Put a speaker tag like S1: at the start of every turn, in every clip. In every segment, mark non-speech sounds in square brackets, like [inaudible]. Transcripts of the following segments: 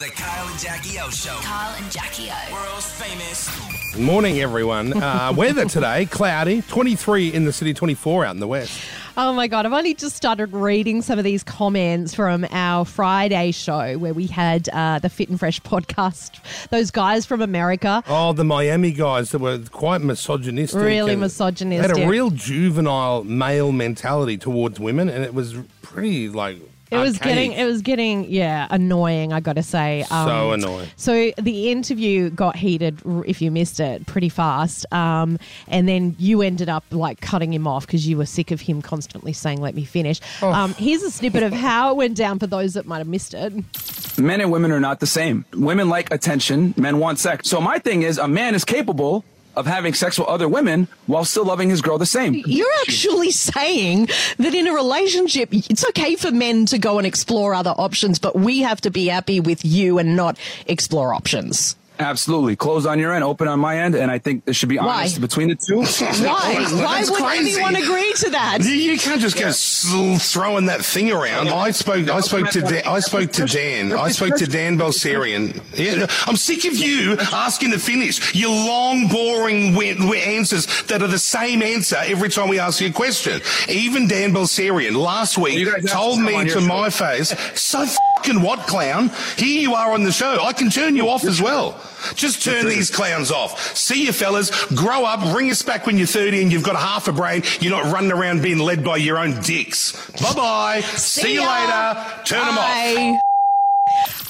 S1: The Kyle and Jackie O Show.
S2: Kyle and Jackie O.
S1: World's famous.
S3: Morning, everyone.
S4: [laughs]
S3: Uh, weather today cloudy, 23 in the city, 24 out in the west.
S4: Oh my God, I've only just started reading some of these comments from our Friday show where we had uh, the Fit and Fresh podcast. Those guys from America.
S3: Oh, the Miami guys that were quite misogynistic.
S4: Really
S3: and
S4: misogynistic.
S3: Had a real juvenile male mentality towards women, and it was pretty like.
S4: It was
S3: archaic.
S4: getting, it was getting, yeah, annoying. I got to say, Um,
S3: So annoying.
S4: So the interview got heated. r- If you missed it, pretty fast, um, and then you ended up like cutting him off because you were sick of him constantly saying, "Let me finish." Um, here's a snippet of how it went down for those that might have missed it.
S5: men and women are not the same. Women like attention, men want sex. So my thing is a man is capable of having sex with other women while still loving his girl the same.
S6: You're actually saying that in a relationship, it's okay for men to go and explore other options, but we have to be happy with you and not explore options.
S5: Absolutely. Closed on your end, open on my end, and I think there should be
S6: Why?
S5: honest between the
S3: [laughs]
S5: two.
S6: Why?
S7: That's
S6: Why would
S7: crazy.
S6: anyone agree to that?
S7: You, you can't just go sl- throwing that thing around. I spoke. I spoke to. Dan, I spoke to Dan. I spoke to Dan Belsarian. Yeah, no, I'm sick of you asking to finish your long, boring wi- wi- answers that are the same answer every time we ask you a question. Even Dan Belsarian last week
S5: You guys have
S7: told
S5: to come
S7: me
S5: on
S7: to
S5: your show.
S7: my face, "So fucking what, clown? Here you are on the show. I can turn you off as well." Just turn these clowns off. See you, fellas. Grow up. Ring us back when you're 30 and you've got half a brain. You're not running around being led by your own dicks. Bye bye. See, you
S6: ya.
S7: later. Turn them off.
S6: Bye.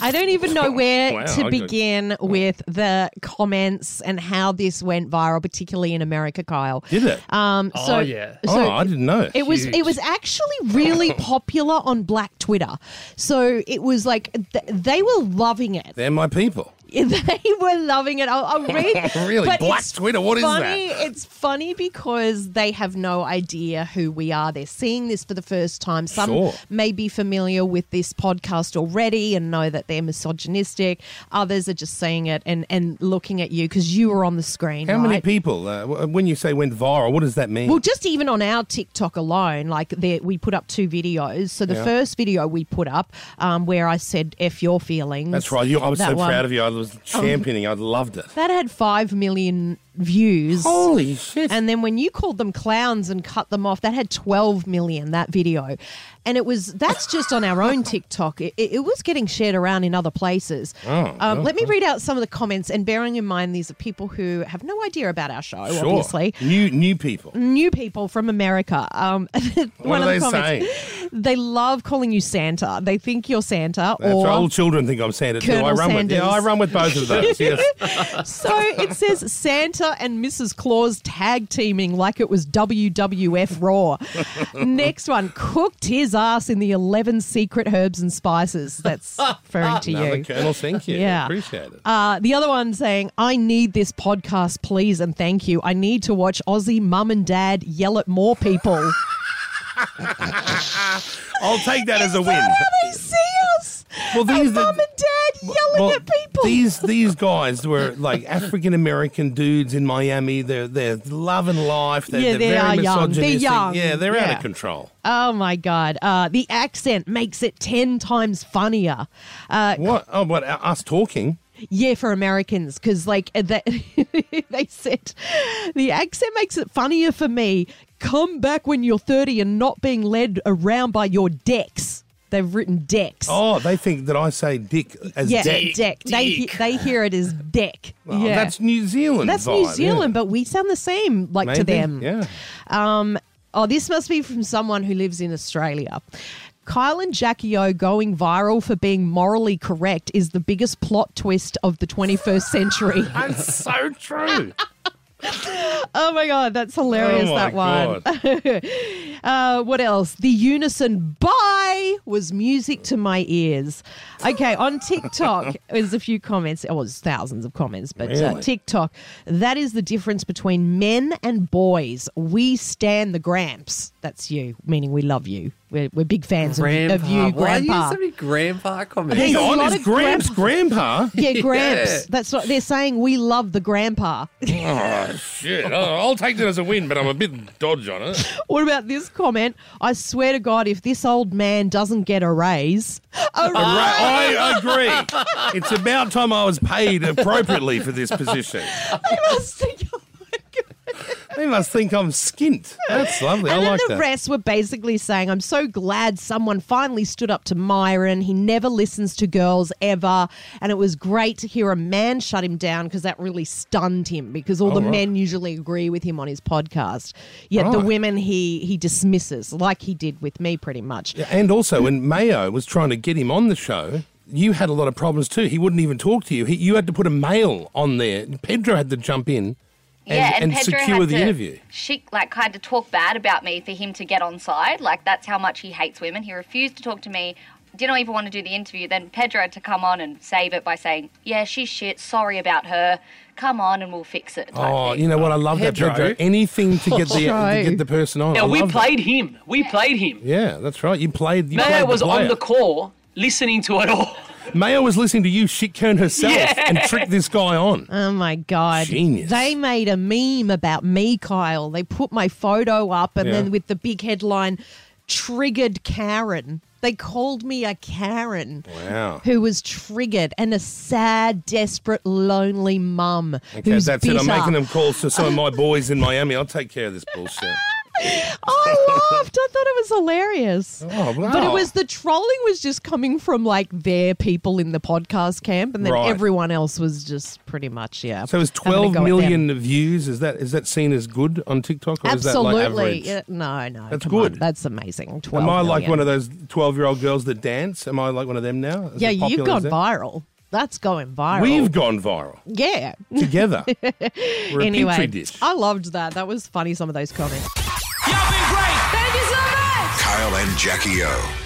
S4: I don't even know where
S3: Wow, I
S4: to
S3: got-
S4: begin with the comments and how this went viral, particularly in America, Kyle.
S3: Did it?
S4: Um, so,
S8: Oh, yeah.
S4: so
S3: oh, I didn't know.
S4: It was
S8: Huge.
S4: it was actually
S3: [laughs]
S4: really popular on Black Twitter, so it was like th- they were loving it.
S3: They're my people.
S4: [laughs] they were loving it. I'll, I'll read.
S3: [laughs] Really? Black
S4: it's
S3: Twitter, what is that?
S4: funny, It's funny because they have no idea who we are. They're seeing this for the first time. Some
S3: Sure.
S4: may be familiar with this podcast already and know that they're misogynistic. Others are just seeing it and, and looking at you because you were on the screen.
S3: How many
S4: right?
S3: people? Uh, w- when you say went viral, what does that mean?
S4: Well, just even on our TikTok alone, like there, we put up two videos. So the
S3: Yeah.
S4: first video we put up, um, where I said "f your feelings."
S3: That's right. You, I was
S4: that
S3: so
S4: one. Um,
S3: proud of you. I was championing. I loved it.
S4: That had five million views.
S3: Holy shit!
S4: And then when you called them clowns and cut them off, that had 12 million, that video. And it was, that's just on our own TikTok. It, it, it was getting shared around in other places.
S3: Oh,
S4: um, let me read out some of the comments. And bearing in mind, these are people who have no idea about our show,
S3: sure.
S4: obviously.
S3: New new people.
S4: New people from America. Um, [laughs]
S3: what
S4: one
S3: are
S4: of
S3: they
S4: the comments,
S3: saying?
S4: they love calling you Santa. They think you're Santa.
S3: That's
S4: or
S3: right. All children think I'm Santa too. I
S4: Colonel
S3: run with. Yeah, I
S4: Sanders.
S3: run with both of those.
S4: [laughs]
S3: Yes.
S4: [laughs] So it says Santa and Mrs. Claus tag teaming like it was
S3: [laughs]
S4: WWF Raw. Next one, cooked his ass in the 11 secret herbs and spices. That's referring to
S3: Another
S4: you.
S3: Colonel, thank you.
S4: Yeah.
S3: Appreciate it.
S4: Uh, the other one saying, I need this podcast, please, and thank you. I need to watch Aussie mum and dad yell at
S3: [laughs]
S4: more people.
S3: I'll take that as a
S4: [laughs]
S3: win.
S4: they see us.
S3: Well,
S4: Our
S3: these are-
S4: mum and dad yelling
S3: Well,
S4: at people. [laughs]
S3: These these guys were like African American dudes in Miami. They're they're loving life. They're,
S4: Yeah,
S3: they're
S4: they
S3: very
S4: are young. They're
S3: misogynistic.
S4: young.
S3: Yeah, they're out
S4: Yeah.
S3: of control.
S4: oh my God. Uh, the accent makes it 10 times funnier. Uh,
S3: What? Oh, what? uh, Us talking?
S4: yeah for americans because like [laughs] uh, that they said the accent makes it funnier for me come back when you're 30 and not being led around by your decks they've written decks
S3: Oh, they think that I say dick as
S4: yeah
S3: dick.
S4: deck they he- they hear it as deck
S3: Well,
S4: yeah
S3: That's New Zealand.
S4: That's
S3: vibe,
S4: New Zealand,
S3: yeah.
S4: but we sound the same, like to
S3: Maybe,
S4: them.
S3: Yeah.
S4: Oh, this must be from someone who lives in Australia. Kyle and Jackie O going viral for being morally correct is the biggest plot twist of the
S3: [laughs]
S4: 21st century. [laughs]
S8: That's so true.
S4: Oh my god, that's hilarious.
S3: oh my
S4: that one. [laughs]
S3: God.
S4: Uh, what else? The unison bye was music to my ears. Okay, on
S8: [laughs]
S4: TikTok, there's a few comments. It was thousands of comments, but uh,
S3: Really?
S4: TikTok. That is the difference between men and boys. We stand the Gramps. That's you, meaning we love you. We're, we're big fans of,
S8: grandpa.
S4: of you,
S8: Why do you
S4: Grandpa.
S8: have so many grandpa
S4: There's
S3: Hang
S8: comments?
S4: a
S3: on,
S4: lot
S3: is
S4: of
S3: Gramps grandpa?
S4: yeah, Gramps.
S8: [laughs] Yeah.
S4: That's what they're saying. We love the Grandpa. [laughs]
S3: oh shit! Oh, I'll take that as a win, but I'm a bit dodge on it.
S4: What about this comment. I swear to God, if this old man doesn't get a raise, a raise. [laughs]
S3: I agree. It's about time I was paid appropriately for this position.
S4: I must think, oh my God.
S3: They must think I'm skint. That's lovely.
S4: And
S3: I
S4: then
S3: like
S4: the
S3: that.
S4: rest were basically saying, I'm so glad someone finally stood up to Myron. He never listens to girls ever. And it was great to hear a man shut him down because that really stunned him because all the
S3: Oh, right.
S4: men usually agree with him on his podcast. Yet the
S3: Right.
S4: women he, he dismisses, like he did with me pretty much.
S3: And also, when Mayo was trying to get him on the show, you had a lot of problems too. He wouldn't even talk to you. He, you had to put a mail on there. Pedro had to jump in and,
S2: yeah, and,
S3: and
S2: Pedro
S3: secure
S2: had
S3: the
S2: to,
S3: interview.
S2: She like had to talk bad about me for him to get on side. Like that's how much he hates women. He refused to talk to me. Didn't even want to do the interview. Then Pedro had to come on and save it by saying, "Yeah, she's shit. Sorry about her. Come on, and we'll fix it." type
S3: Oh,
S2: thing.
S3: you know what? I love that
S8: Pedro.
S3: Pedro. Anything to get the to get the person on.
S9: Now
S3: I
S9: we
S3: love that.
S9: played him. We played him.
S3: Yeah, that's right. You played. You
S9: Mayo
S3: played
S9: was
S3: the
S9: on
S3: player.
S9: the call, listening to it all.
S3: Mayo was listening to you shitcone herself
S9: Yeah.
S3: and trick this guy on.
S4: Oh my god!
S3: Genius.
S4: They made a meme about me, Kyle. They put my photo up, and
S3: Yeah.
S4: then with the big headline, "Triggered Karen." They called me a Karen
S3: Wow.
S4: who was triggered and a sad, desperate, lonely mum
S3: Okay,
S4: who's
S3: that's it. I'm
S4: bitter.
S3: making them calls to some of my boys in Miami. I'll take care of this bullshit. [laughs]
S4: I laughed. I thought it was hilarious.
S3: Oh, wow.
S4: But it was the trolling was just coming from like their people in the podcast camp, and then
S3: Right.
S4: everyone else was just pretty much yeah.
S3: So it's
S4: having a
S3: 12
S4: go at them.
S3: million views. Is that is that seen as good on TikTok or
S4: Absolutely.
S3: is that like average?
S4: Yeah, no, no.
S3: That's
S4: come on.
S3: good.
S4: That's amazing. 12
S3: Am I like
S4: million.
S3: one of those 12 year old girls that dance? Am I like one of them now? Is
S4: Yeah,
S3: it
S4: you've
S3: popular
S4: gone
S3: as that?
S4: viral. That's going viral.
S3: We've gone viral
S4: yeah. [laughs]
S3: together. We're a petri
S4: Anyway,
S3: dish.
S4: I loved that. That was funny. Some of those comments.
S1: Y'all been great.
S7: Kyle and Jackie O.